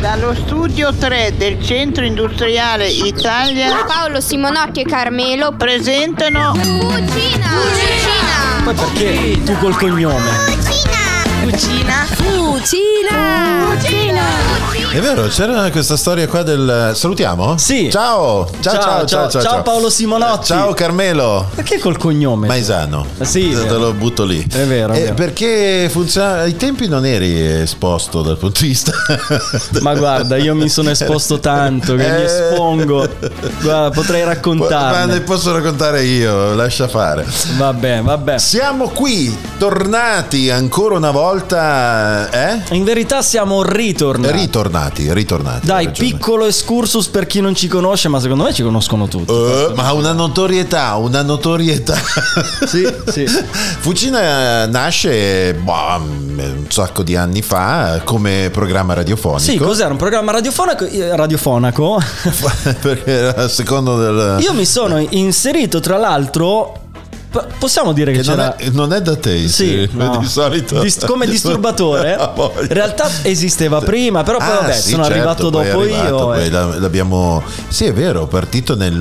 Dallo studio 3 del Centro Industriale Italia Paolo Simonotti e Carmelo presentano Cucina Cucina Poi perché tu col cognome? Cucina Cucina! Cucina! È vero, c'era questa storia qua del... Salutiamo? Sì. Ciao. Ciao, ciao, ciao, ciao, ciao, Paolo Simonotti. Ciao Carmelo. Perché col cognome? Maisano. Eh, Sì, Te vero. lo butto lì. È vero, è Eh, vero. perché funziona... Ai tempi non eri esposto dal punto di vista... Ma guarda, io mi sono esposto tanto che mi Eh. espongo. Guarda, potrei Ma ne raccontarne. posso raccontare io, lascia fare. Vabbè, vabbè. Siamo qui, tornati ancora una volta, eh? In verità siamo ritornati. Ritornati, ritornati. hai Dai, ragione. piccolo escursus per chi non ci conosce, ma secondo me ci conoscono tutti. Eh, ma ha una notorietà, una notorietà. Sì, sì. Fucina nasce boh, un sacco di anni fa come programma Sì, radiofonico. cos'era un programma radiofonico? eh, radiofonaco. Ah. perché era a secondo del. Io mi sono inserito, tra l'altro. p- possiamo dire che, che non c'era. è, non è da te, Sì, sì, no. di solito. Dis- come disturbatore. Ha voglia. In realtà esisteva prima, però poi Ah, vabbè, sì, sono certo, arrivato poi è dopo arrivato, io. poi eh. la- l'abbiamo- Sì, è vero, partito nel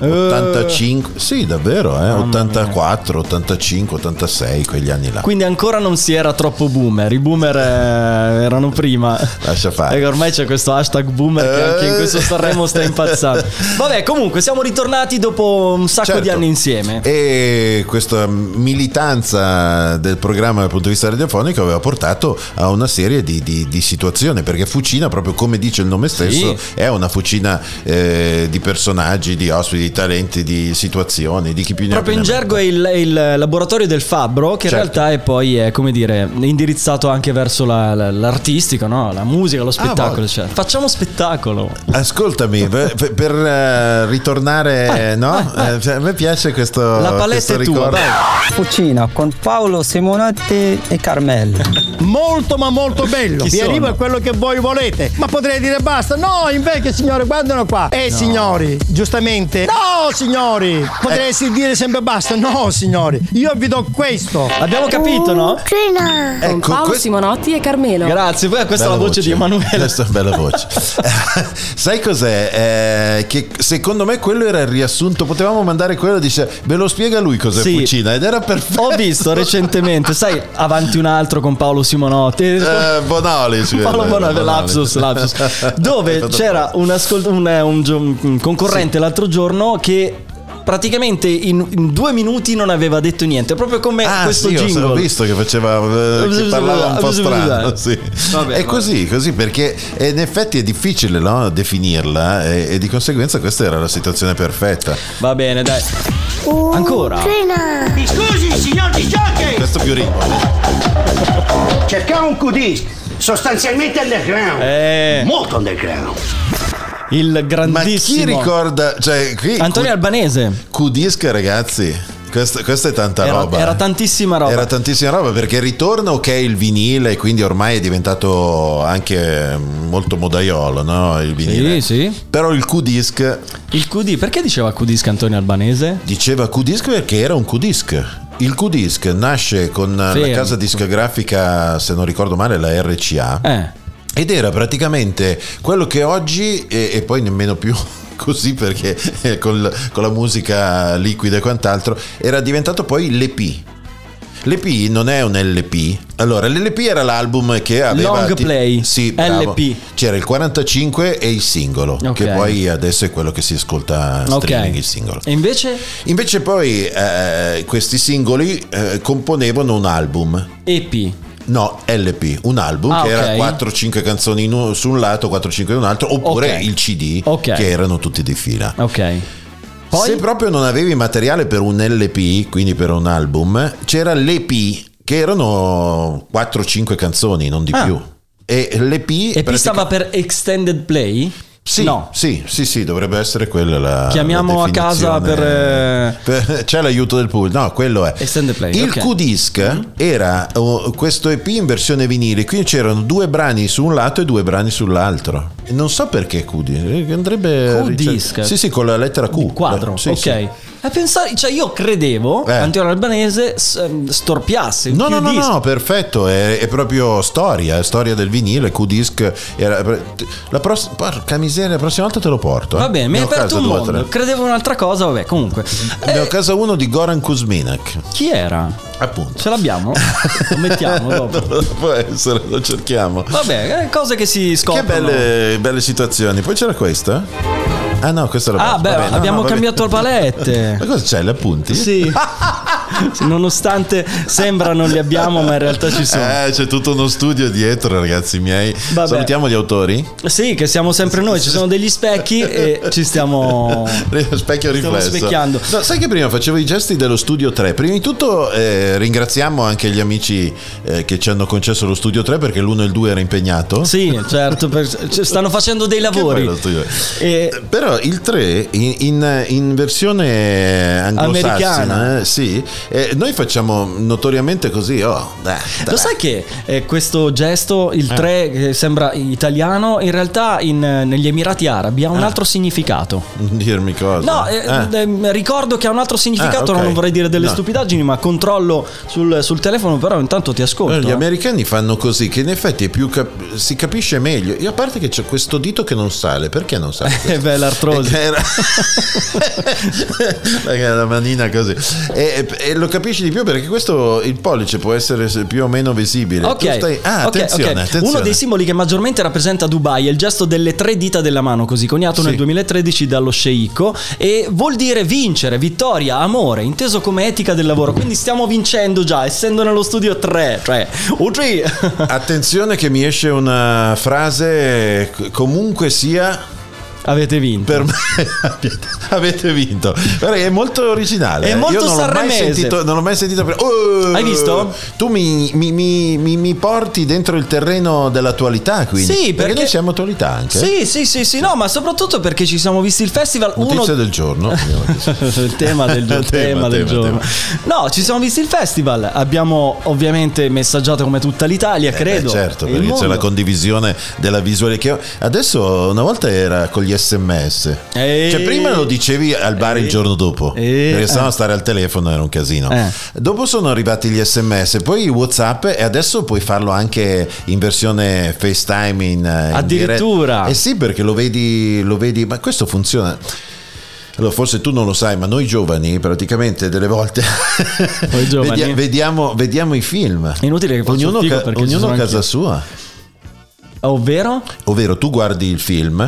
1985. Sì, davvero, eh, 84, 85, 86, quegli anni là. Quindi ancora non si era troppo boomer. I boomer eh, erano prima. Lascia fare. Eh. E ormai c'è questo hashtag boomer che anche in questo Sanremo sta impazzando. Vabbè, comunque siamo ritornati dopo un sacco Certo. di anni insieme. E questa militanza del programma dal punto di vista radiofonico aveva portato a una serie di, di- di situazioni, perché Fucina, proprio come dice il nome stesso, è una fucina eh, di personaggi, di ospiti, di talenti, di situazioni, di chi più ne ha Proprio più in ne gergo è metta. il, è il laboratorio del fabbro, che Certo. in realtà è poi, è, come dire, indirizzato anche verso la- la- l'artistico, no? la musica, lo spettacolo. vabbè. cioè, facciamo spettacolo. Ascoltami, per, per- per, eh, ritornare, no? Eh, cioè, a me piace questo, La paletta questo è tua, ricordo. dai. Cucina con Paolo Simonetti e Carmelo. Molto ma molto bello. Chi Vi sono? arriva quello che voi volete. Ma potrei dire basta. No, invece signori, guardano qua. Eh signori, giustamente. No, signori. Potrei dire sempre basta. No, signori. Io vi do questo. Abbiamo capito, no? Con Ecco, Paolo questo- Simonotti e Carmelo. Grazie, poi questa è la Bella voce, di Emanuele. Questa è una bella voce. Sai cos'è? Eh, che secondo me quello era il riassunto. Potevamo mandare quello dice ve lo spiega lui cos'è Sì. Fucina ed era perfetto. Ho visto recentemente, sai, avanti un altro con Paolo Simonotti. Eh, Bonoli, sì, Paolo eh, Bonello, lapsus, lapsus. Dove c'era un, ascol- un- eh, un gio- un concorrente l'altro giorno che praticamente in, in due minuti non aveva detto niente, proprio come Ah, Eh, questo sì, ho- jingle. ho visto che faceva eh, che parlava un po' strano. Sì. Vabbè, è così, così, perché eh, in effetti è difficile no, definirla eh, e, e di conseguenza questa era la situazione perfetta. Va bene, dai. Ancora. Mi scusi, signor Di Jockey. Questo più ritmo. Cercavo un cudista. Sostanzialmente underground. Eh, Molto underground. il Ma chi grandissimo ricorda? Cioè, qui Antonio Albanese. Qdisk, ragazzi. Questa, questa è tanta Era, roba. eh. era tantissima roba. Era tantissima roba perché ritorna ok il vinile, quindi ormai è diventato anche molto modaiolo, no? Il vinile. Sì, sì. Però il Q-Disc Il QD, perché diceva QD Antonio Albanese? diceva Q-Disc perché era un Q-Disc. Il Q-Disc nasce con Fermo. la casa discografica, se non ricordo male, la RCA. Eh. Ed era praticamente quello che oggi, e, e poi nemmeno più così perché eh, col- con la musica liquida e quant'altro, era diventato poi l'EP. L'EP non è un LP. Allora, l'LP era l'album che aveva. Long play, Sì, bravo. LP. C'era il 45 e il singolo, Ok. che poi adesso è quello che si ascolta Ok. streaming, il singolo. E invece Invece poi eh, questi singoli eh, componevano un album. EP. No, LP, un album Ah, che ok. era 4-5 canzoni in un- su un lato, 4-5 in un altro, oppure Ok. il CD Ok. che erano tutti di fila. Ok. Poi Se proprio non avevi materiale per un LP, quindi per un album, c'era l'EP che erano 4-5 canzoni, non di Ah. più. E l'EP EP pratica- stava per extended play? Sì, No. sì, sì, sì, dovrebbe essere quella la Chiamiamo la a casa per, definizione. Per- c'è l'aiuto del pool. No, quello è. Extended play, Il ok. Mm-hmm. Q-Disc era oh, questo EP in versione vinile, quindi c'erano due brani su un lato e due brani sull'altro. E Non so perché Q-Disc, eh, andrebbe Q-Disc? Sì, sì, con la lettera Q. Quadro, Sì, ok. sì. A pensare, cioè io credevo Eh. Antonio Albanese s- ehm, storpiasse. No, no, no, chiudisse. no, perfetto, è, è proprio storia, è storia del vinile, Q-Disc. era- la pross- porca miseria, la prossima volta te lo porto. eh. Va bene, mi Ne hai ho aperto casa un due o mondo. tre. Credevo un'altra cosa, vabbè, comunque. Ne ho Eh, casa uno di Goran Kuzminak, chi era? appunto. Ce l'abbiamo? Lo mettiamo dopo. Può essere, lo cerchiamo. Vabbè, eh, cose che si Che scoprono. belle, belle situazioni. Poi c'era questa? Ah no, questa è la Ah, prossima. beh, Vabbè, no, abbiamo no, vabbè. cambiato il palette. Ma cosa c'è, le appunti? Sì. Nonostante sembra non li abbiamo, ma in realtà ci sono. Eh, c'è tutto uno studio dietro, ragazzi miei. Vabbè. Salutiamo gli autori. Sì, che siamo sempre noi, ci sono degli specchi e ci stiamo Specchio Stiamo riflesso. specchiando. No, sai che prima facevo i gesti dello studio 3. Prima di tutto eh, ringraziamo anche gli amici eh, che ci hanno concesso lo studio 3 perché l'1 e il 2 era impegnato. Sì, certo, per- ci stanno facendo dei Che lavori. bello lo studio. E- Eh, Però il 3 in, in- in versione anglosassona, Americana. eh, sì, eh, noi facciamo notoriamente così. Oh, dai, dai. Lo sai che eh, questo gesto, Eh. il 3, che sembra italiano, in realtà in, eh, negli Emirati Arabi ha un altro significato. Non dirmi Eh. cosa. No, eh, Eh. ehm, ricordo che ha un altro significato, Ah, ok. non vorrei dire delle No. stupidaggini, ma controllo sul, sul telefono, però intanto ti ascolto. Allora, gli eh. americani fanno così, che in effetti è più cap- si capisce meglio. Io a parte che c'è questo dito che non sale, perché non sale? questo? Eh beh, l'artrosi. Eh, Era... Perché era la manina così. E, e lo capisci di più perché questo il pollice può essere se- più o meno visibile. Ok, Tu stai- ok, Ah, attenzione, ok. attenzione. Uno dei simboli che maggiormente rappresenta Dubai è il gesto delle tre dita della mano, così coniato nel Sì. 2013 dallo sceicco e vuol dire vincere, vittoria, amore, inteso come etica del lavoro. Quindi stiamo vincendo già, essendo nello studio 3, cioè UG. Attenzione che mi esce una frase eh, comunque sia Avete vinto. per me abbiate- avete vinto. Però è molto originale. È eh. molto Io non l'ho mai sanremese. sentito, non l'ho mai sentito prima. Oh! Hai visto? Tu mi, mi- mi- mi- mi porti dentro il terreno dell'attualità, quindi. Sì, perché- noi siamo attualità anche. Sì, sì, sì, sì, no, ma soprattutto perché ci siamo visti il festival uno Notizia del giorno. il tema del, Tema, il tema del tema, giorno. No, ci siamo visti il festival. Abbiamo ovviamente messaggiato come tutta l'Italia, credo. Eh, certo, e il perché c'è la mondo. condivisione della visuale che adesso una volta era con gli sms. Eh. Cioè prima lo dicevi al bar il giorno dopo, Eh. perché sennò Eh. stare al telefono era un casino. Eh. Dopo sono arrivati gli sms, poi i whatsapp e adesso puoi farlo anche in versione FaceTime in, eh, in Addirittura. diretta. Eh sì, perché lo vedi, lo vedi, ma questo funziona. Allora, forse tu non lo sai, ma noi giovani praticamente delle volte Noi giovani? vedia- vediamo, vediamo i film. È inutile che faccio Ognuno, il figo ca- perché ci ognuno sono a casa anch'io. sua. Ovvero? Ovvero tu guardi il film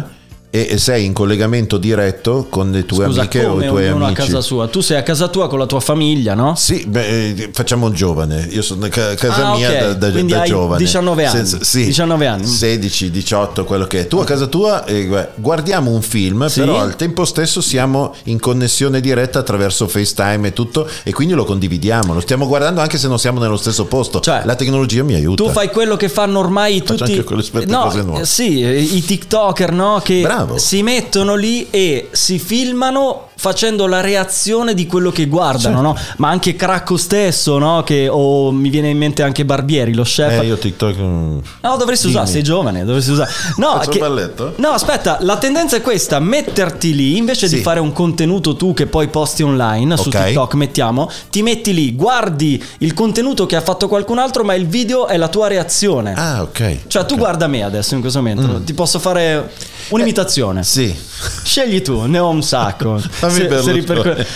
e e sei in collegamento diretto con le tue Scusa, amiche o come i tuoi ognuno amici. a casa sua? Tu sei a casa tua con la tua famiglia, no? Sì, beh, eh, facciamo un giovane. Io sono a ca- casa Ah, mia ok. da, da- Quindi da hai giovane. 19 anni. sì, 19 anni. 16, 18, quello che è. Tu a casa tua eh, gu- guardiamo un film, Sì. però al tempo stesso siamo in connessione diretta attraverso FaceTime e tutto, e quindi lo condividiamo. Lo stiamo guardando anche se non siamo nello stesso posto. Cioè, La tecnologia mi aiuta. Tu fai quello che fanno ormai tutti anche quelle esperte no, cose nuove. Sì, eh, i TikToker, no? Che Bravo. si mettono lì e si filmano facendo la reazione di quello che guardano, Certo. no? Ma anche Cracco stesso, no? Che o mi viene in mente anche Barbieri, lo chef. Eh, io TikTok. mm. No, dovresti Dimmi. usare, sei giovane, dovresti usare. No, Faccio un balletto? no, aspetta, la tendenza è questa, metterti lì, invece Sì. di fare un contenuto tu che poi posti online su Ok. TikTok, mettiamo, ti metti lì, guardi il contenuto che ha fatto qualcun altro, ma il video è la tua reazione. Ah, ok. Mm. Cioè, tu guarda me adesso in questo momento, ti posso fare un'imitazione. Eh, Sì. Scegli tu, ne ho un sacco. Fammi Se- se Berlusconi. ripercorre-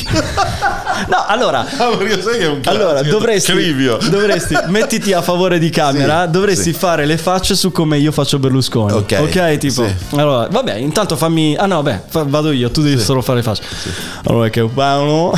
no, allora, Ah, perché sai che è un classico. allora, dovresti, Crivio. dovresti mettiti a favore di camera, Sì, dovresti sì. fare le facce su come io faccio Berlusconi. Ok, tipo. sì. Allora, vabbè, intanto fammi Ah no, beh, fa- vado io, tu devi solo fare le facce. Allora che Paolo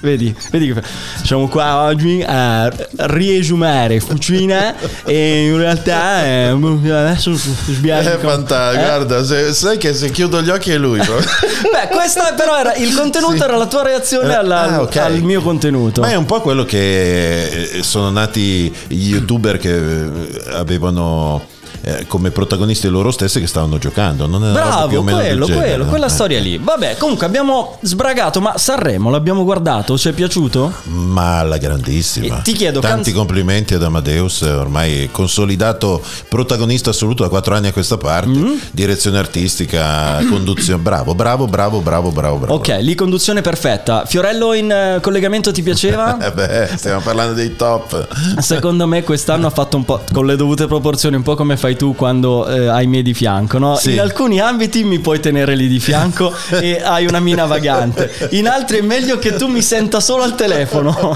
Vedi, vedi che fa- siamo qua oggi a riesumare Fucina e in realtà eh, adesso sbianco. È fantastico, Eh? Certo. guarda, se- sai che se chiudo gli occhi è lui. proprio. Beh, questa però era il contenuto Sì. era la tua reazione alla- Ah, ok. al mio contenuto. Ma è un po' quello che eh, sono nati gli youtuber che eh, avevano eh, come protagoniste loro stesse che stavano giocando. Non era roba Eh, più Bravo, o meno del quello, genere, quello, no? quella Eh. storia lì. Vabbè, comunque abbiamo sbragato, ma Sanremo l'abbiamo guardato, ci è piaciuto? Ma alla grandissima. E ti chiedo, Tanti canz- complimenti ad Amadeus, eh, ormai consolidato protagonista assoluto da quattro anni a questa parte. Mm-hmm. Direzione artistica, conduzione. Bravo, bravo, bravo, bravo, bravo, bravo. Ok, lì conduzione perfetta. Fiorello in eh, collegamento ti Eh piaceva? beh, stiamo parlando dei top. Secondo me quest'anno ha fatto un po' con le dovute proporzioni, un po' come fai tu quando eh, hai me di fianco, no? Sì. In alcuni ambiti mi puoi tenere lì di fianco e hai una mina vagante. In altri è meglio che tu mi senta solo al telefono.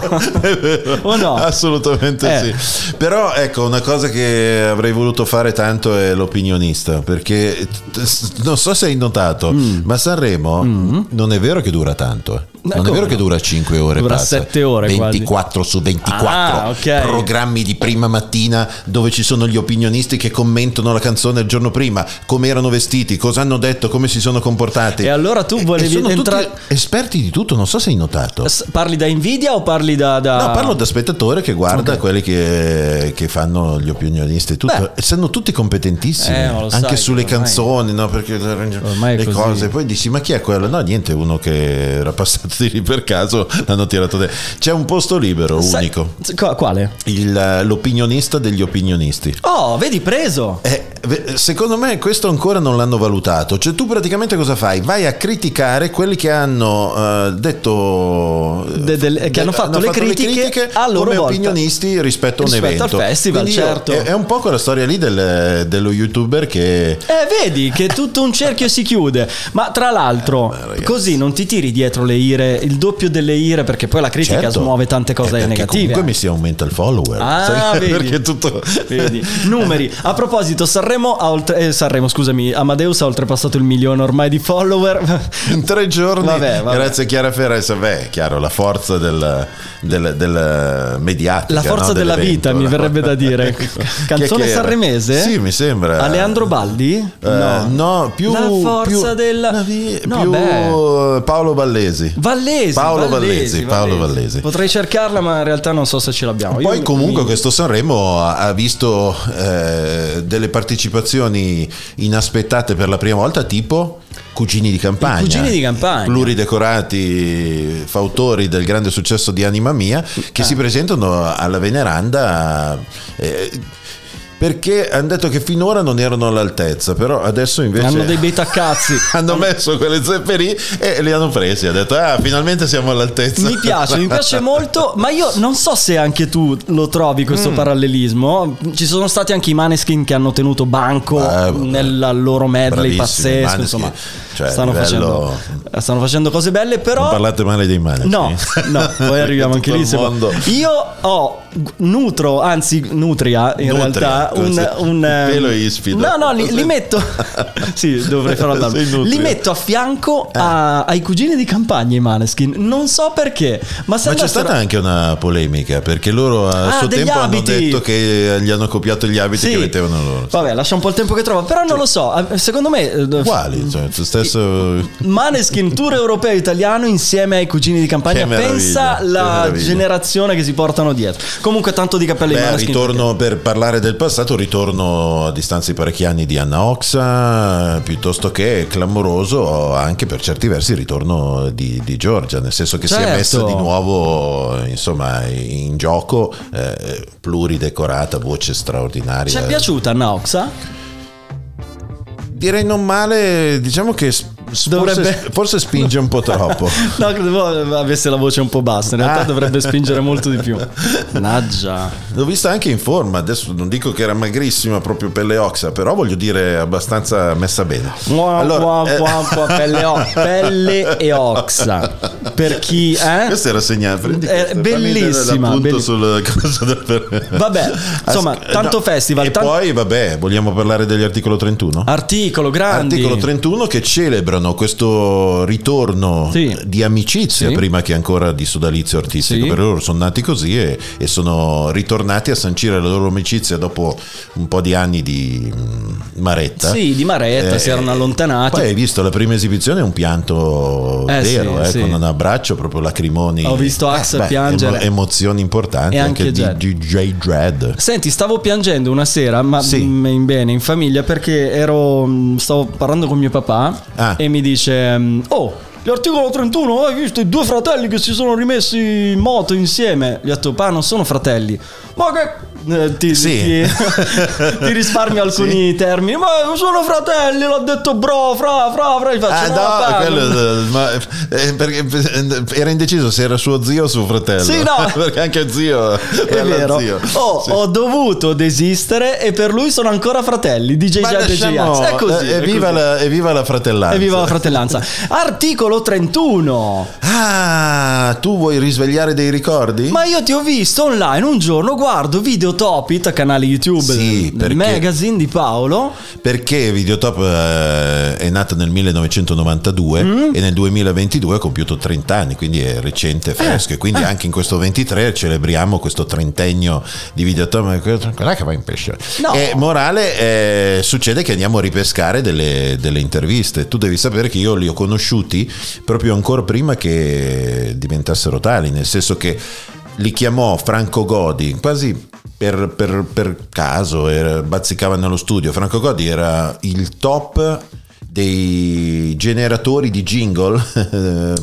o no? Assolutamente Eh. sì. Però ecco, una cosa che avrei voluto fare tanto è l'opinionista, perché t- t- non so se hai notato, Mm. ma Sanremo non è vero che dura tanto. eh. Ma Non è Mm. come vero che no? dura 5 ore, Dura passa. sette ore quasi. 24 su 24 Ah, ok. programmi di prima mattina dove ci sono gli opinionisti che commentano la canzone il giorno prima, come erano vestiti, cosa hanno detto, come si sono comportati. E allora tu E- e volevi Eh, sono tutti entrare- esperti di tutto, non so se hai notato. S- Parli da invidia o parli da... da- No, parlo da spettatore che guarda quelli che, che fanno gli opinionisti e tutto. Beh. E sono tutti competentissimi, Eh, ma lo anche sai, sulle ormai- canzoni, no? Perché Ormai è le così. cose. Poi dici, ma chi è quello? No, niente, uno che era passato di lì per caso, l'hanno tirato dentro. C'è un posto libero, Sai- unico. Qua- Quale? Il- l'opinionista degli opinionisti. Oh, vedi, preso. Eh, ve- secondo me questo ancora non l'hanno valutato. Cioè, tu praticamente cosa fai? Vai a criticare quelli che hanno eh, detto. eh, De- del- che hanno fatto le critiche a loro come volta. opinionisti rispetto a un Rispetto al evento. festival, Quindi io- certo. È, è un po' quella storia lì del- dello youtuber che. Eh, vedi che tutto un cerchio si chiude. Ma tra l'altro, Eh, ragazzi. così non ti tiri dietro le ire, il doppio delle ire, perché poi la critica certo, smuove tante eh, cose perché negative. Comunque mi si aumenta il follower. Ah, sai? vedi. Perché tutto. Vedi, numeri. A proposito, Sanremo ha oltre- eh, Sanremo, scusami, Amadeus ha oltrepassato il milione ormai di follower. In tre giorni, Vabbè, vabbè. grazie a Chiara Ferres, beh, è chiaro, la forza del, del, del mediatica. La forza no, della dell'evento, vita, mi no? verrebbe da dire. Ecco. eh. Chi è Canzone che era? sanremese? Sì, mi sembra. Aleandro Baldi? Eh, no. più La forza più- della- la vi- No, più beh. Paolo Ballesi. Vallesi, Paolo Vallesi, Paolo Vallesi. Potrei cercarla, ma in realtà non so se ce l'abbiamo. Io Poi mi- comunque mi- questo Sanremo ha ha visto eh, delle partecipazioni inaspettate per la prima volta, tipo Cugini di Campagna. I Cugini di Campagna. Pluridecorati fautori del grande successo di Anima Mia che Ah. si presentano alla Veneranda. eh, perché hanno detto che finora non erano all'altezza, però adesso invece Hanno dei beta cazzi. hanno messo quelle zeppe lì e li hanno presi. Ha detto, ah, finalmente siamo all'altezza. Mi piace, mi piace molto, ma io non so se anche tu lo trovi questo Mm. parallelismo. Ci sono stati anche i Maneskin che hanno tenuto banco Eh, vabbè. nella loro medley Bravissimi, pazzesco, Maneskin, insomma. cioè, stanno, livello- facendo, stanno facendo cose belle, però Non parlate male dei manager. No, no, poi arriviamo anche Tutto lì. il se- mondo. Io ho nutro, anzi nutria in Nutria, realtà come un, se- un, il pelo ehm, ispido. No, no, li, li metto. sì, dovrei farlo andare. Sei nutria. Eh. Li metto a fianco a- ai cugini di campagna i Maneskin. Non so perché, ma se Ma c'è andassero- stata anche una polemica perché loro a Ah, suo degli tempo abiti. hanno detto che gli hanno copiato gli abiti che mettevano loro. Vabbè, lascia un po' il tempo che trova, però non lo so. eh, Secondo me eh, Quali? Cioè, tu stesso Maneskin Tour Europeo Italiano insieme ai cugini di campagna. Che meraviglia, Pensa che la meraviglia. generazione che si portano dietro. Comunque, tanto di cappello ai Beh, Maneskin. ritorno per parlare del passato, ritorno a distanza di parecchi anni di Anna Oxa, piuttosto che clamoroso anche per certi versi il ritorno di, di Giorgia, nel senso che si Certo. è messa di nuovo insomma, in gioco, eh, pluridecorata, voce straordinaria. Ci è piaciuta Naoxa? Direi non male, diciamo che s- s- Dovrebbe- forse, forse spinge un po' troppo. No, credevo avesse la voce un po' bassa. In realtà dovrebbe spingere molto di più. Naggia. L'ho vista anche in forma, adesso non dico che era magrissima proprio pelle oxa, però voglio dire abbastanza messa bene. Mua, Allora, mua, eh, mua, mua, pelle, o- pelle e oxa. Per chi eh? Questa era segnata, prendi Eh, questa, fammi bellissima, l'appunto belli- sul cosa del- Vabbè, insomma, As- tanto festival, E tan- poi, vabbè, vogliamo parlare degli articolo 31? Articolo grande. Articolo 31 che celebra facevano questo ritorno Sì. di amicizia Sì. prima che ancora di sodalizio artistico. Sì. Per loro sono nati così e, e sono ritornati a sancire la loro amicizia dopo un po' di anni di mh, maretta. Eh, Sì, di maretta, si erano allontanati. Poi hai visto la prima esibizione, è un pianto Eh, vero, sì, eh, sì. con un abbraccio, proprio lacrimoni. Eh, Ho visto Ax piangere. emozioni importanti, E anche, anche di DJ Dread. Senti, stavo piangendo una sera, ma Sì. mm, in bene, in famiglia, perché ero, mm, stavo parlando con mio papà Ah. e mi dice, mm, oh, l'articolo 31, hai visto i due fratelli che si sono rimessi in moto insieme? Gli ho detto, pa, non sono fratelli. Ma che... eh, ti, Sì. ti- ti risparmio alcuni termini. Ma sono fratelli, l'ha detto bro, fra, fra, fra. Gli Ah, faccio, no, "No, pa, quello, non- eh, ma, eh, perché, eh, era indeciso se era suo zio o suo fratello. Sì, no. perché anche zio È bello vero. Zio. Oh, Sì. Ho dovuto desistere e per lui sono ancora fratelli. DJ Ma Jack e DJ lasciamo- Axe. È così. eh, è evviva, così. La, evviva la fratellanza. Evviva la fratellanza. Articolo 31. Eh? Ah, tu vuoi risvegliare dei ricordi? Ma io ti ho visto online un giorno, guardo video Topit, canale YouTube, Sì, del perché- magazine di Paolo. Perché Videotop eh, è nato nel 1992 e nel 2022 ha compiuto 30 anni, quindi è recente, fresco. E quindi anche in questo 23 celebriamo questo trentennio di Videotop. Ma quello tranquilla che va in pesce. No. E morale, eh, succede che andiamo a ripescare delle, delle interviste. Tu devi sapere che io li ho conosciuti proprio ancora prima che diventassero tali, nel senso che li chiamò Franco Godi, quasi per, per- per caso era- bazzicava nello studio. Franco Godi era il top dei generatori di jingle eh,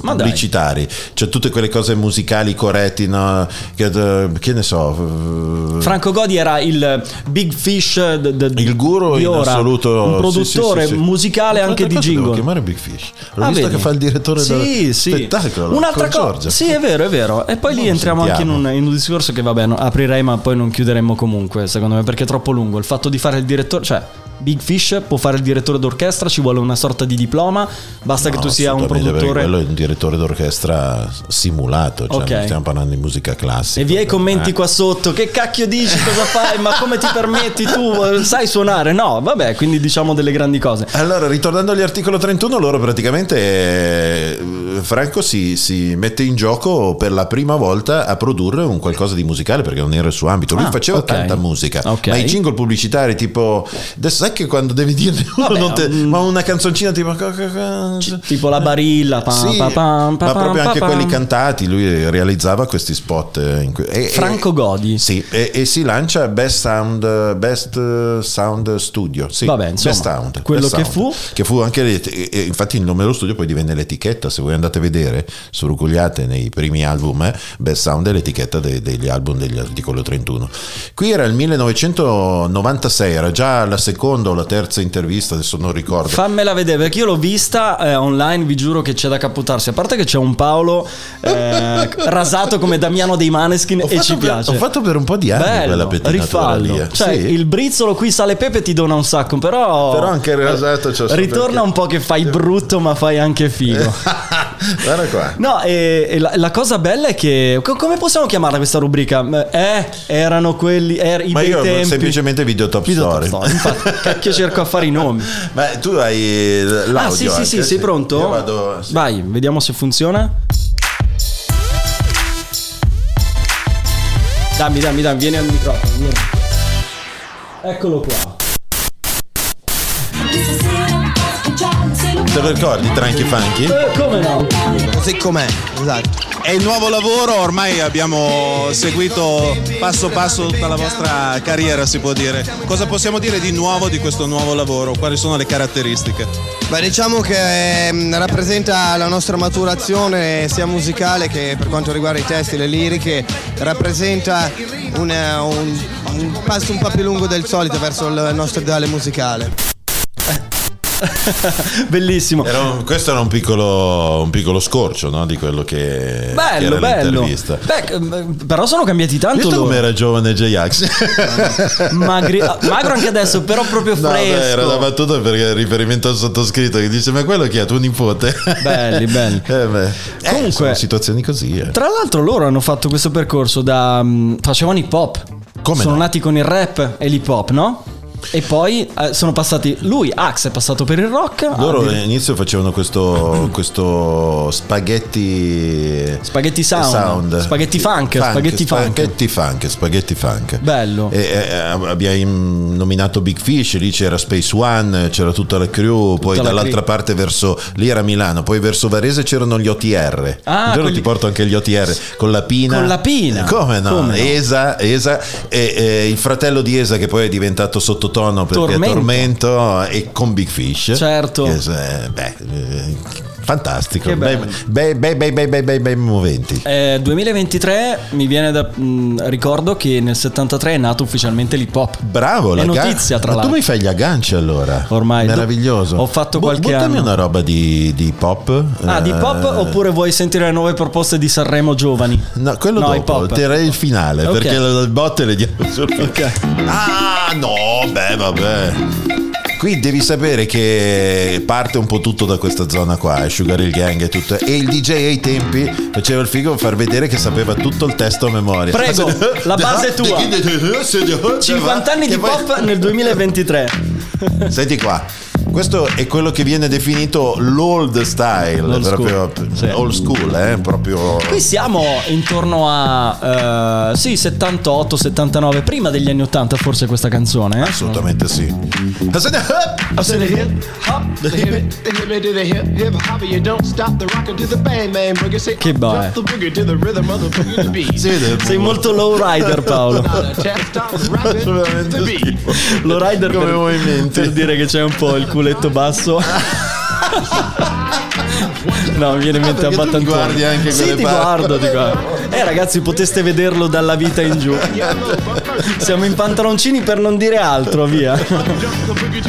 Ma dai. pubblicitari, cioè tutte quelle cose musicali corretti, no? che, eh, che ne so, eh, Franco Godi era il big fish eh, d- d- il guru di in ora, assoluto un produttore sì, sì, sì, sì. musicale anche di Cosa devo jingle. chiamare Big Fish l'ho Ah, visto vedi? che fa il direttore sì, del sì. spettacolo Un'altra con cosa. Giorgia. Sì, è vero, è vero. E poi lì Non entriamo sentiamo. anche in un, in un discorso che vabbè, no, aprirei ma poi non chiuderemmo comunque, secondo me, perché è troppo lungo. Il fatto di fare il direttore, cioè Big Fish può fare il direttore d'orchestra, ci vuole una sorta di diploma, basta che No, tu sia un assolutamente, perché produttore. quello è un direttore d'orchestra simulato cioè Ok. non stiamo parlando di musica classica E via i commenti Eh. qua sotto, che cacchio dici, cosa fai, ma come ti permetti tu, sai suonare? No, vabbè, quindi diciamo delle grandi cose. Allora, ritornando agli articolo 31, loro praticamente eh, Franco si, si mette in gioco per la prima volta a produrre un qualcosa di musicale perché non era il suo ambito. Lui Ah, faceva ok. tanta musica, Ok. ma i jingle pubblicitari, tipo adesso sai che quando devi dirne uno, Vabbè, non te- mm. ma una canzoncina tipo, co- co- co- C- tipo la barilla, pa- Sì, pa- pam, pa- ma pam, proprio pa- anche pam. quelli cantati. Lui realizzava questi spot. eh, in cui- e- e- Franco Godi. Sì, e, e si lancia Best Sound, Best eh, Sound Studio. Sì, Vabbè, insomma, Best Sound, quello Best che Sound. fu. Che fu anche, le- e- e infatti, il nome dello studio poi divenne l'etichetta. Se voi andate a vedere, sorgogliate nei primi album, eh, Best Sound è l'etichetta de- degli album degli articolo 31. Qui era il 1996, era già la seconda o la terza intervista, adesso non ricordo. Fammela vedere perché io l'ho vista eh, online, vi giuro che c'è da caputarsi. A parte che c'è un Paolo eh, rasato come Damiano dei Maneskin Ho e fatto ci per- piace. ho fatto per un po' di anni quella Bello, pettinatura rifallo. lì, eh. Cioè, Sì. il brizzolo qui sale pepe ti dona un sacco, però Però anche rasato c'ho sopra Ritorna perché- un po' che fai brutto, ma fai anche figo. Guarda qua. No, e, e la, la cosa bella è che co- come possiamo chiamarla questa rubrica? Eh, erano quelli er- i Ma bei io tempi. semplicemente video top Video top story. story. Infatti, cacchio cerco a fare i nomi. Ma tu hai l'audio. ah, sì, sì, anche, sì, sei pronto? Io vado- sì. Vai, vediamo se funziona. Dammi, dammi, dammi, vieni al microfono. vieni. Eccolo qua. Eh, Te lo ricordi, Tranchi Funky? Eh, come no? Così com'è, esatto. È il nuovo lavoro, ormai abbiamo seguito passo passo tutta la vostra carriera, si può dire. Cosa possiamo dire di nuovo di questo nuovo lavoro? Quali sono le caratteristiche? Beh, diciamo che ehm, rappresenta la nostra maturazione sia musicale che per quanto riguarda i testi, le liriche, rappresenta un, eh, un- un passo un po' più lungo del solito verso il nostro ideale musicale. Bellissimo. Era un- questo era un piccolo, un piccolo scorcio no? di quello che, che Bello, era bello. l'intervista. Beh, ehm, però sono cambiati tanto Visto loro. come era giovane J-Ax? Magri- ah, magro anche adesso, però proprio No, fresco. beh, era una battuta perché il riferimento al sottoscritto che dice: Ma quello chi è? Tuo nipote? Belli, belli. Eh, beh. Eh, Comunque- sono situazioni così. eh. Tra l'altro loro hanno fatto questo percorso da... mm, facevano hip hop. Come Sono no? nati con il rap e l'hip hop, no? E poi eh, sono passati lui, Ax è passato per il rock. Loro Addi- all'inizio facevano questo, questo spaghetti. Spaghetti sound. Spaghetti funk, spaghetti funk. Spaghetti funk, spaghetti funk. Bello. E, e, abbiamo nominato Big Fish, lì c'era Space One, c'era tutta la crew, poi la dall'altra parte verso lì era Milano, poi verso Varese c'erano gli OTR. Ah, Un giorno quelli- ti porto anche gli OTR con la Pina. Con la Pina. Come no? Come no? Esa, Esa e, e il fratello di Esa che poi è diventato sottotono perché Tormento. è Tormento e con Big Fish. Certo. Che se- beh, eh, fantastico. Che Bei, bello. bei, bei, bei, bei, bei, bei, bei moventi. Eh, 2023 mi viene da. mh, ricordo che nel 73 è nato ufficialmente l'hip hop. Bravo, È la ga- notizia, tra Ma l'altro. tu mi fai gli agganci allora. Ormai. Meraviglioso. Ho fatto qualche buttami anno. una roba di, di pop. Ah, Eh, di pop oppure vuoi sentire le nuove proposte di Sanremo Giovani? No, quello dopo, hip-hop. terrei il finale Ok. perché le botte le diamo solo. Ah, no, beh, vabbè. Qui devi sapere che parte un po' tutto da questa zona qua, eh, Sugar Hill Gang e tutto. E il DJ ai tempi faceva il figo far vedere che sapeva tutto il testo a memoria. Prego, la base è tua. 50 anni di Che poi- pop nel 2023. Senti qua. Questo è quello che viene definito l'old style, L'old proprio school, sì. old school, eh, proprio Qui siamo intorno a eh, sì, 78, 79, prima degli anni 80 forse questa canzone. eh? assolutamente sì. Ah, Che boia. Si vede il Sei buco. molto low rider Paolo. Assolutamente schifo. Low rider Come per, movimenti. per dire che c'è un po' il culetto basso. No, mi viene in mente Ah, perché tu mi abbattantone. guardi anche Sì, quelle ti parti. guardo, ti guardo. Eh, ragazzi, poteste vederlo dalla vita in giù. Siamo in pantaloncini per non dire altro, via.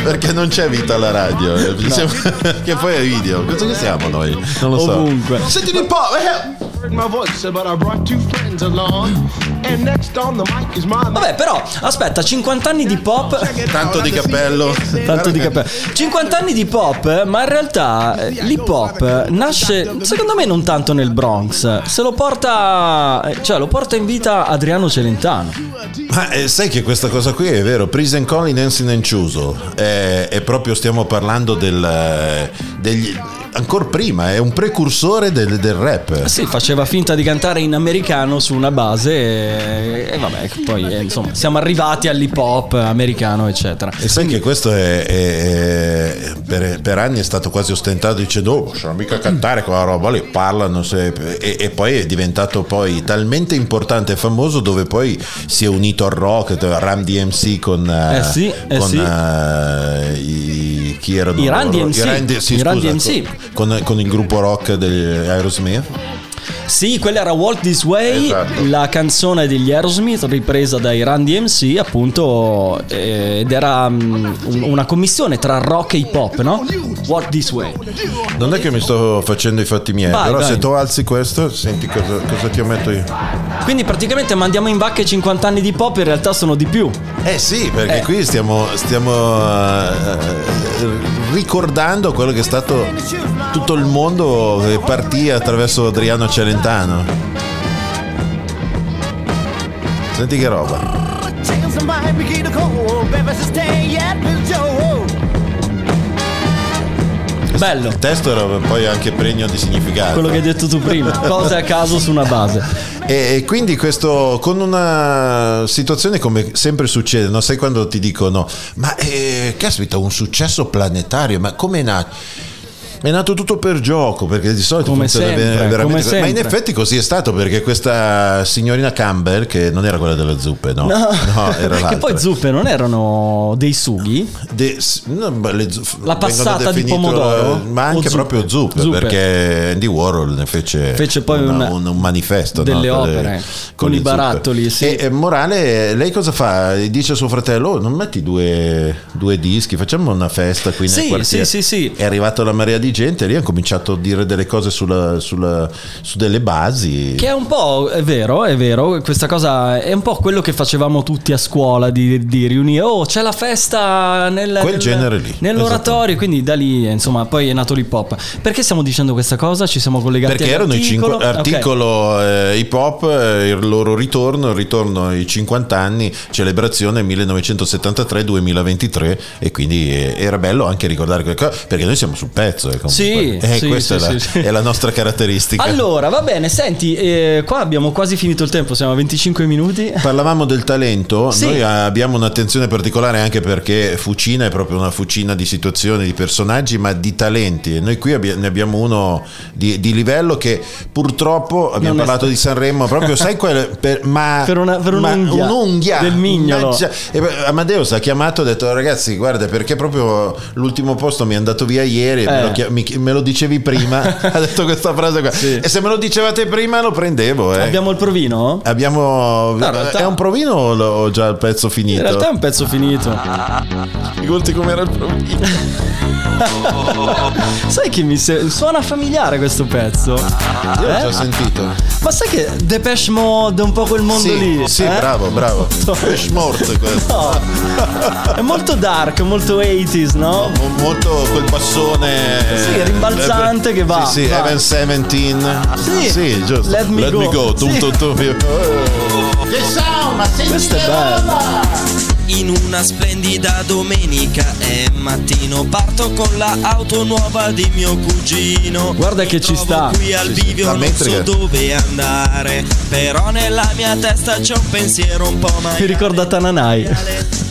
Perché non c'è vita alla radio. eh. Siamo- che poi è video. Cosa che siamo noi? Non lo so. Ovunque. Senti un po'. eh. Vabbè, però, aspetta, 50 anni di pop. Tanto di cappello. Tanto di capello. 50 anni di pop, eh, ma in realtà eh, l'hip hop eh, nasce, secondo me, non tanto nel Bronx. Se lo porta, eh, cioè, lo porta in vita Adriano Celentano. Ma eh, sai che questa cosa qui è vero, Prison Colin Nancy Nanciuso, è, è proprio stiamo parlando del... eh, degli, ancora prima, è un precursore del, del rap. Sì, faceva finta di cantare in americano su una base e, e vabbè, che poi eh, insomma, siamo arrivati all'hip hop americano, eccetera. E sai che questo è, è- è- per, per anni è stato quasi ostentato dicendo oh, sono mica a cantare quella roba lì, parlano se- e, e poi è diventato poi talmente importante e famoso dove poi si è unito al rock, Ram DMC con, eh, Eh sì, eh con, sì. eh, i, chi erano? I Run loro? DMC. I Run D- sì, I Run scusa, DMC. Con, con il gruppo rock degli Aerosmith. Sì, quella era Walk This Way, Esatto. la canzone degli Aerosmith ripresa dai Run DMC, appunto, eh, ed era mm, un- una commissione tra rock e hip hop, no? Walk This Way. Non è che mi sto facendo i fatti miei, Vai, però vai. se tu alzi questo, senti cosa, cosa ti metto io. Quindi praticamente mandiamo in vacca i 50 anni di pop, in realtà sono di più. Eh sì, perché Eh. qui stiamo, stiamo, eh, ricordando quello che è stato tutto il mondo che partì attraverso Adriano Celentano. Senti che roba. Bello. Il testo era poi anche pregno di significato. Quello che hai detto tu prima, Esatto. cose a caso su una base. E, e quindi questo con una situazione come sempre succede, no? sai quando ti dicono, ma eh, caspita, un successo planetario, ma come è nato? È nato tutto per gioco, perché di solito Come funziona sempre, ve- veramente come così. Ma in sempre. effetti così è stato, perché questa signorina Campbell, che non era quella delle zuppe, no? era l'altra. che poi zuppe non erano dei sughi? De- s- no, ma le zu- La vengono passata di definite, pomodoro? eh, O Ma anche zuppe? proprio zuppe, Zuppe. perché Andy Warhol ne fece, Fece poi una- un- un, un manifesto. delle no? opere, le- con le i zuppe. barattoli, sì. E, e morale, lei cosa fa? Dice a suo fratello, "Oh, non metti due, due dischi, facciamo una festa qui nel Sì, quartiere. sì, sì, sì. È arrivato la marea di di gente lì hanno cominciato a dire delle cose sulla- sulla- su delle basi. Che è un po', è vero, è vero, questa cosa è un po' quello che facevamo tutti a scuola di, di riunire, oh c'è la festa nel, Quel nel- genere lì, esatto. nell'oratorio, quindi da lì eh, insomma poi è nato l'hip hop. Perché stiamo dicendo questa cosa? Ci siamo collegati Perché erano i all'articolo? 50 Ok. articolo eh, hip hop, eh, il loro ritorno, il ritorno ai 50 anni, celebrazione 1973-2023 e quindi eh, era bello anche ricordare quelle cose, perché noi siamo sul pezzo. eh, comunque. Sì, Eh, sì, questa sì, è, la, sì, sì. è la nostra caratteristica. Allora, va bene, senti, eh, qua abbiamo quasi finito il tempo, siamo a 25 minuti. Parlavamo del talento, Sì. noi abbiamo un'attenzione particolare anche perché Fucina è proprio una fucina di situazioni, di personaggi, ma di talenti. E Noi qui abbia- ne abbiamo uno di, di livello che purtroppo abbiamo Non è parlato di Sanremo, proprio sai quel per, ma, Per una- per ma un'unghia un'unghia del mignolo. mannaggia. E beh, Amadeus ha chiamato e ha detto ragazzi guarda perché proprio l'ultimo posto mi è andato via ieri, me, lo, Eh. chia- mi- me lo dicevi prima, ha detto questa frase qua. Sì. E se me lo dicevate prima lo prendevo. Eh. Abbiamo il provino? Abbiamo. No, in realtà- È un provino o lo- ho già il pezzo finito? In realtà è un pezzo finito. Figurati com'era il provino. Sai che mi se- suona familiare questo pezzo? Io l'ho Eh? già sentito. Ma sai che Depeche Mode, un po' quel mondo Sì, lì. sì, eh? bravo, bravo. Fresh Morse questo. No. È molto dark, molto 80s, no? Mo- Molto quel bassone. Sì, eh, rimbalzante eh, che va, Sì, sì, va. Heaven 17. Sì. giusto. Let me go. Tum, Sì. tum, tum. Questo è bello. In una splendida domenica e mattino parto con la auto nuova di mio cugino. Guarda Mi che ci trovo sta. Qui al Sì, sì, bivio la non metrica. so dove andare, però nella mia testa c'è un pensiero un po' maiale. Mi ricorda Tananai.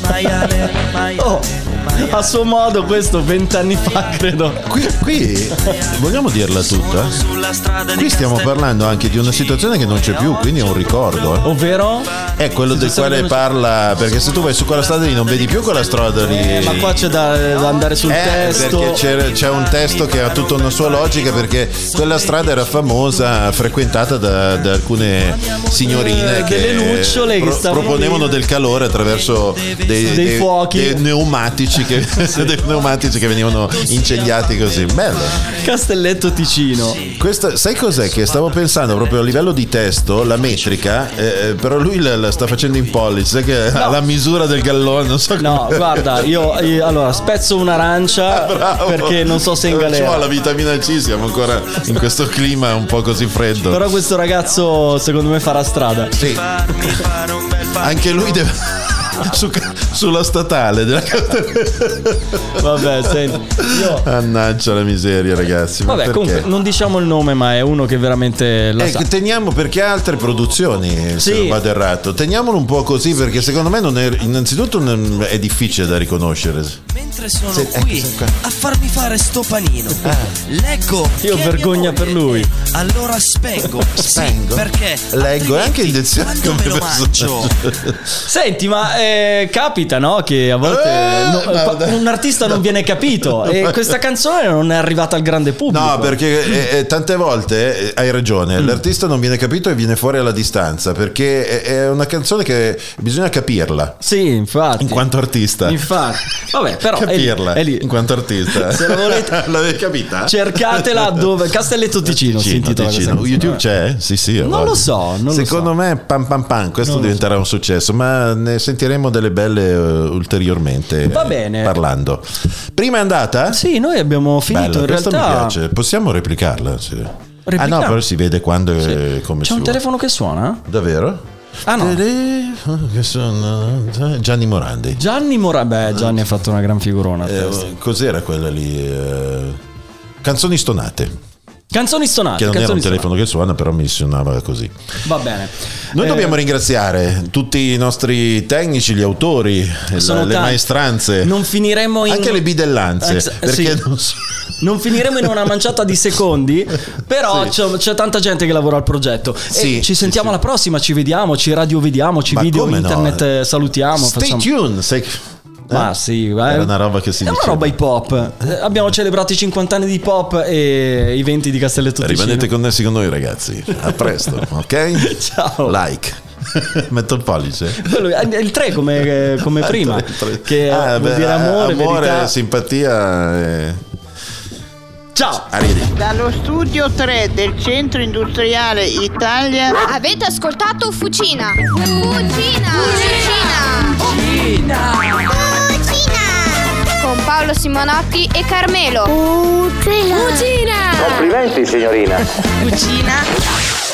Maiale, maiale, Oh, maiale. a suo modo questo, vent'anni fa, credo. Qui, qui vogliamo dirla tutta? Cioè? Sono sulla strada di Qui stiamo Castel- parlando anche di una situazione che non c'è più, quindi è un ricordo. eh. Ovvero? È quello del quale parla. Perché se tu vai su quella strada lì non vedi più quella strada lì. Eh, Ma qua c'è da, da andare sul Eh, testo. perché c'è, c'è un testo che ha tutta una sua logica perché quella strada era famosa, frequentata da, da alcune signorine Eh, che delle lucciole che stavano proponevano lì. del calore attraverso dei, Dei fuochi. dei pneumatici, che, dei pneumatici che venivano incendiati così. Bello. Castelletto Ticino. Questa- sai cos'è che stavo pensando proprio a livello di testo, la metrica, eh, però lui la, la sta facendo in pollice, sai che ha la misura del gallone, non so No, come- guarda, io, io- allora spezzo un'arancia Ah, Bravo. Eh, perché non so se è in Ci vuole galera. la vitamina C, siamo ancora in questo clima un po' così freddo. Però questo ragazzo secondo me farà strada. Sì. Anche lui deve... su- sulla statale della Vabbè, senti. Io... Annaggia la miseria, ragazzi. Ma Vabbè, perché? comunque non diciamo il nome, ma è uno che veramente la Eh, sa. teniamo perché ha altre produzioni, se Sì. non vado errato. Teniamolo un po' così perché secondo me non è, innanzitutto non- è difficile da riconoscere. Mentre sono Sì, ecco, Ah. qui sono qua. a farmi fare sto panino, leggo. Io che mia vergogna per moglie- lui. Allora spengo. sì, Spengo? perché Leggo, è altrimenti anche il dizionario Quando come me lo persona. mangio. Senti, ma eh, capita, no? Che a volte Eh, no, ma- pa- un artista non viene capito e questa canzone non è arrivata al grande pubblico. No, perché eh, eh, tante volte eh, hai Mm. ragione, l'artista non viene capito e viene fuori alla distanza perché è, è una canzone che bisogna capirla Sì, infatti. in quanto artista. Infatti. Vabbè, però è lì- capirla è lì. in quanto artista. Se la volete- l'avete capita? Cercatela dove Castelletto Ticino, si Ticino, intitola Ticino. questa YouTube canzone. c'è? Sì, sì. a Non voglia. lo so, non lo Secondo so. me, pam pam pam, questo diventerà un successo, ma ne sentiremo delle belle eh, ulteriormente. eh, Va bene. Parlando. Prima è andata? Sì, noi abbiamo finito Bella, in questa realtà. mi piace. Possiamo replicarla? Sì. Ah Replichiamo. no, però si vede quando e come C'è un si vuole. telefono Ah. che suona? Davvero? Ah, no. Telefono Che sono eh, Gianni Morandi. Gianni Mora. Beh, Gianni ha fatto una gran figurona. a Eh, testa. cos'era quella lì? eh? Canzoni stonate. Canzoni suonate. Che non era Ah, canzoni un telefono che suona, però mi suonava così. suonate. Va bene. Noi Eh, dobbiamo ringraziare tutti i nostri tecnici, gli autori, sono la- le tanti. maestranze. Non finiremo in. eh, Anche le bidellanze, Ex- perché sì. non so- Non finiremo in una manciata di secondi, però Sì. c'è, c'è tanta gente che lavora al progetto. E Sì, ci sì, sentiamo alla prossima, ci vediamo, ci radiovediamo, ci Ma video come no? internet eh, salutiamo. Stay facciamo- tuned, sai- Ma eh? sì, eh. Era una roba che si È una diceva. roba hip hop. Eh, Abbiamo celebrato i 50 anni di hip hop e i 20 di Castelletto Ticino. Rimanete connessi con noi ragazzi. A presto, ok? Ciao. Like. Metto il pollice. Quello- eh, Il 3 come, eh, come prima, che Ah, vuol beh, dire amore, amore verità. simpatia. eh. Ciao. Arrivederci. Dallo studio 3 del Centro Industriale Italia. Avete ascoltato Fucina? Fucina! Fucina! Fucina! Con Paolo Simonotti e Carmelo. Fucina! Complimenti signorina. Fucina!